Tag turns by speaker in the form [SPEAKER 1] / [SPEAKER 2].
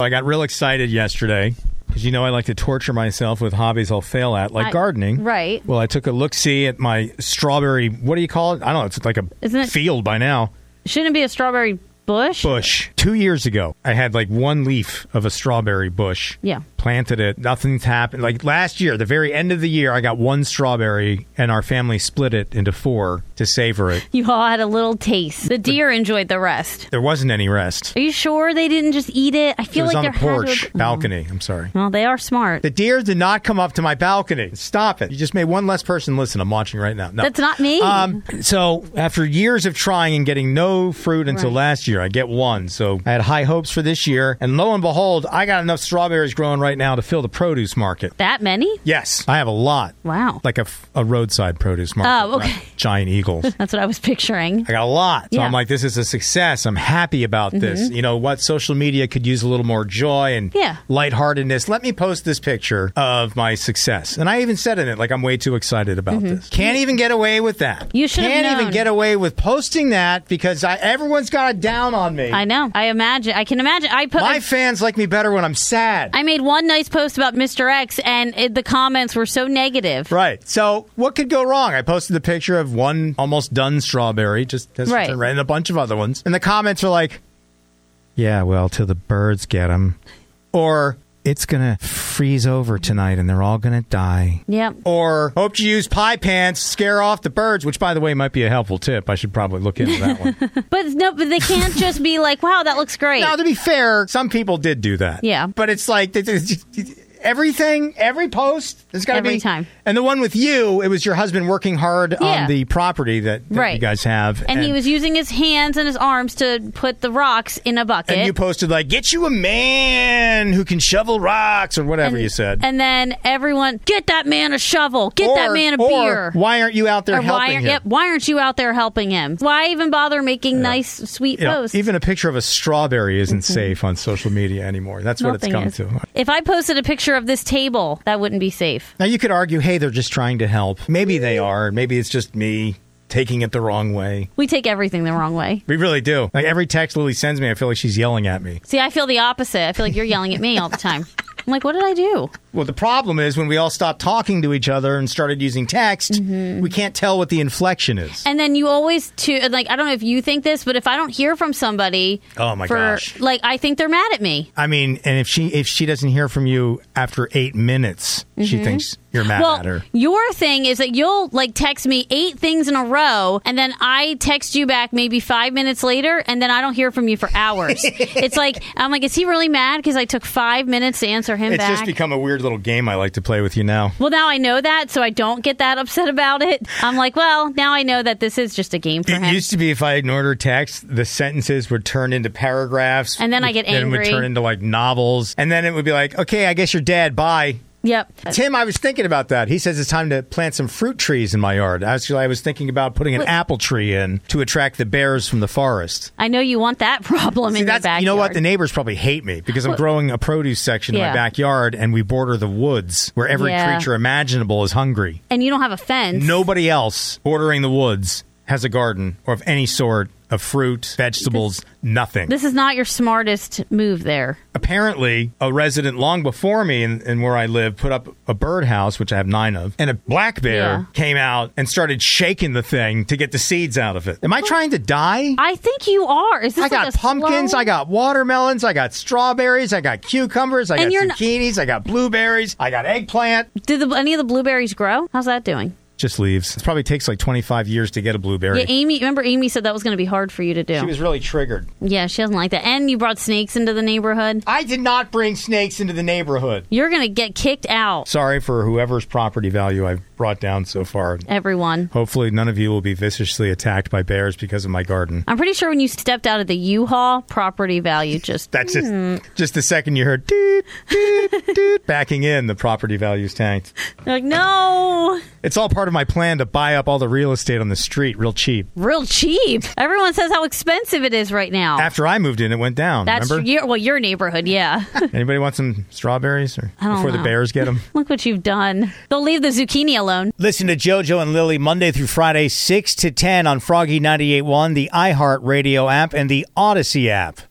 [SPEAKER 1] I got real excited yesterday because you know I like to torture myself with hobbies I'll fail at, like
[SPEAKER 2] I-
[SPEAKER 1] gardening.
[SPEAKER 2] right.
[SPEAKER 1] Well, I took a look see at my strawberry. What do you call it? I don't know. It's like a
[SPEAKER 2] Isn't it-
[SPEAKER 1] field by now.
[SPEAKER 2] Shouldn't it be a strawberry bush?
[SPEAKER 1] Bush. Two years ago, I had like one leaf of a strawberry bush.
[SPEAKER 2] Yeah.
[SPEAKER 1] Planted it. Nothing's happened. Like last year, the very end of the year, I got one strawberry and our family split it into four to savor it.
[SPEAKER 2] You all had a little taste. The deer enjoyed the rest.
[SPEAKER 1] There wasn't any rest.
[SPEAKER 2] Are you sure they didn't just eat it? I
[SPEAKER 1] It
[SPEAKER 2] feel
[SPEAKER 1] was
[SPEAKER 2] like
[SPEAKER 1] on the
[SPEAKER 2] they're
[SPEAKER 1] porch, balcony. I'm sorry.
[SPEAKER 2] Well, they are smart.
[SPEAKER 1] The deer did not come up to my balcony. Stop it. You just made one less person listen. I'm watching right now. No.
[SPEAKER 2] That's not me.
[SPEAKER 1] Um, so after years of trying and getting no fruit until
[SPEAKER 2] Right.
[SPEAKER 1] last year, I get one. So I had high hopes for this year, and lo and behold, I got enough strawberries growing right now to fill the produce market.
[SPEAKER 2] that many?
[SPEAKER 1] Yes, I have a lot.
[SPEAKER 2] Wow.
[SPEAKER 1] Like a, f- a roadside produce market.
[SPEAKER 2] Oh, okay.
[SPEAKER 1] not Giant eagles.
[SPEAKER 2] That's what I was picturing.
[SPEAKER 1] I got a lot. So
[SPEAKER 2] Yeah. Mm-hmm.
[SPEAKER 1] I'm like, this is a success. I'm happy about this. You know what? Social media could use a little more joy and
[SPEAKER 2] Yeah.
[SPEAKER 1] lightheartedness. Let me post this picture of my success. And I even said in it, like, I'm way too excited about this. Can't even get away with that.
[SPEAKER 2] Mm-hmm. You should have
[SPEAKER 1] Can't even
[SPEAKER 2] known.
[SPEAKER 1] get away with posting that because I, everyone's got it down on me.
[SPEAKER 2] I know. I imagine. I can imagine. I put.
[SPEAKER 1] my fans like me better when I'm sad.
[SPEAKER 2] I made one nice post about Mr. X, and it, the comments were so negative.
[SPEAKER 1] Right. So, what could go wrong? I posted the picture of one almost done strawberry, just as
[SPEAKER 2] Right.
[SPEAKER 1] and a bunch of other ones. And the comments are like, "Yeah, well, till the birds get them," or "It's gonna freeze over tonight, and they're all gonna die."
[SPEAKER 2] Yep.
[SPEAKER 1] Or hope you use pie pants, scare off the birds, which by the way might be a helpful tip. I should probably look into that one.
[SPEAKER 2] But no, but they can't just be like, "Wow, that looks great."
[SPEAKER 1] Now, to be fair, some people did do that.
[SPEAKER 2] Yeah.
[SPEAKER 1] But it's like th- th- th- everything, every post, there's got to be.
[SPEAKER 2] Every time.
[SPEAKER 1] And the one with you, it was your husband working hard
[SPEAKER 2] Yeah.
[SPEAKER 1] on the property that, that you
[SPEAKER 2] Right.
[SPEAKER 1] guys have.
[SPEAKER 2] and he was using his hands and his arms to put the rocks in a bucket.
[SPEAKER 1] And you posted, like, get you a man who can shovel rocks or whatever you said.
[SPEAKER 2] And then everyone, get that man a shovel. Get that
[SPEAKER 1] Or-
[SPEAKER 2] man a
[SPEAKER 1] or,
[SPEAKER 2] beer.
[SPEAKER 1] Why aren't you out there
[SPEAKER 2] Or
[SPEAKER 1] helping
[SPEAKER 2] why, aren't-
[SPEAKER 1] him?
[SPEAKER 2] Yep, why aren't you out there helping him? Why even bother making nice, sweet
[SPEAKER 1] You know,
[SPEAKER 2] posts?
[SPEAKER 1] even a picture of a strawberry isn't safe on social media anymore. That's what it's
[SPEAKER 2] Mm-hmm. Nothing
[SPEAKER 1] come
[SPEAKER 2] is.
[SPEAKER 1] to.
[SPEAKER 2] If I posted a picture of this table, that wouldn't be safe.
[SPEAKER 1] Now you could argue, hey, they're just trying to help. Maybe they are. Maybe it's just me taking it the wrong way.
[SPEAKER 2] We take everything the wrong way.
[SPEAKER 1] We really do. Like every text Lily sends me, I feel like she's yelling at me.
[SPEAKER 2] See, I feel the opposite. I feel like you're yelling at me all the time. I'm like, what did I do?
[SPEAKER 1] Well, the problem is when we all stopped talking to each other and started using text,
[SPEAKER 2] Mm-hmm.
[SPEAKER 1] we can't tell what the inflection is.
[SPEAKER 2] And then you always to like I don't know if you think this, but if I don't hear from somebody,
[SPEAKER 1] Oh, my
[SPEAKER 2] for,
[SPEAKER 1] gosh.
[SPEAKER 2] like I think they're mad at me.
[SPEAKER 1] I mean, and if she if she doesn't hear from you after eight minutes, she thinks you're mad
[SPEAKER 2] Mm-hmm. well,
[SPEAKER 1] at her.
[SPEAKER 2] your thing is that you'll like text me eight things in a row, and then I text you back maybe five minutes later, and then I don't hear from you for hours. it's like I'm like, is he really mad because I took five minutes to answer him
[SPEAKER 1] It's
[SPEAKER 2] back?
[SPEAKER 1] just become a weird little game I like to play with you now.
[SPEAKER 2] well, now I know that, so I don't get that upset about it. I'm like, well, now I know that this is just a game for
[SPEAKER 1] It
[SPEAKER 2] him.
[SPEAKER 1] used to be if I ignored her text, the sentences would turn into paragraphs.
[SPEAKER 2] And then I
[SPEAKER 1] which
[SPEAKER 2] get
[SPEAKER 1] Then would
[SPEAKER 2] angry.
[SPEAKER 1] turn into like novels. And then it would be like, okay, I guess you're dead. Bye.
[SPEAKER 2] yep.
[SPEAKER 1] Tim, I was thinking about that. He says it's time to plant some fruit trees in my yard. Actually, I was thinking about putting an apple tree in to attract the bears from the forest.
[SPEAKER 2] I know you want that problem in
[SPEAKER 1] See,
[SPEAKER 2] your
[SPEAKER 1] that's-
[SPEAKER 2] backyard.
[SPEAKER 1] you know what? The neighbors probably hate me because I'm growing a produce section in my
[SPEAKER 2] Yeah.
[SPEAKER 1] backyard, and we border the woods where every
[SPEAKER 2] Yeah.
[SPEAKER 1] creature imaginable is hungry.
[SPEAKER 2] and you don't have a fence.
[SPEAKER 1] Nobody else bordering the woods has a garden or of any sort of fruit, vegetables, nothing.
[SPEAKER 2] This is not your smartest move there.
[SPEAKER 1] apparently a resident long before me and in, where I live put up a birdhouse, which I have nine of, and a black bear
[SPEAKER 2] Yeah.
[SPEAKER 1] came out and started shaking the thing to get the seeds out of it. Am I trying to die?
[SPEAKER 2] I think you are. Is this
[SPEAKER 1] I
[SPEAKER 2] like
[SPEAKER 1] got
[SPEAKER 2] a
[SPEAKER 1] pumpkins,
[SPEAKER 2] slow-
[SPEAKER 1] I got watermelons, I got strawberries, I got cucumbers, I
[SPEAKER 2] And
[SPEAKER 1] got
[SPEAKER 2] you're not-
[SPEAKER 1] zucchinis, I got blueberries, I got eggplant.
[SPEAKER 2] Did the, any of the blueberries grow? How's that doing?
[SPEAKER 1] Just leaves. It probably takes like 25 years to get a blueberry.
[SPEAKER 2] Yeah, Amy. Remember, Amy said that was going to be hard for you to do.
[SPEAKER 1] she was really triggered.
[SPEAKER 2] yeah, she doesn't like that. And you brought snakes into the neighborhood.
[SPEAKER 1] I did not bring snakes into the neighborhood.
[SPEAKER 2] You're going to get kicked out,
[SPEAKER 1] Sorry for whoever's property value I've brought down so far.
[SPEAKER 2] everyone.
[SPEAKER 1] Hopefully, none of you will be viciously attacked by bears because of my garden.
[SPEAKER 2] I'm pretty sure when you stepped out of the U-Haul, property value just.
[SPEAKER 1] That's just
[SPEAKER 2] Hmm.
[SPEAKER 1] just the second you heard doot, doot, doot, backing in, the property values tanked.
[SPEAKER 2] You're like no,
[SPEAKER 1] It's all part of my plan to buy up all the real estate on the street real cheap.
[SPEAKER 2] real cheap. Everyone says how expensive it is right now.
[SPEAKER 1] After I moved in, it went down.
[SPEAKER 2] That's
[SPEAKER 1] remember?
[SPEAKER 2] your well, your neighborhood. Yeah,
[SPEAKER 1] Anybody want some strawberries or
[SPEAKER 2] don't
[SPEAKER 1] before the
[SPEAKER 2] know.
[SPEAKER 1] bears get them?
[SPEAKER 2] look what you've done. They'll leave the zucchini alone.
[SPEAKER 1] Listen to JoJo and Lily Monday through Friday, 6 to 10 on Froggy 98.1, the iHeart Radio app, and the Odyssey app.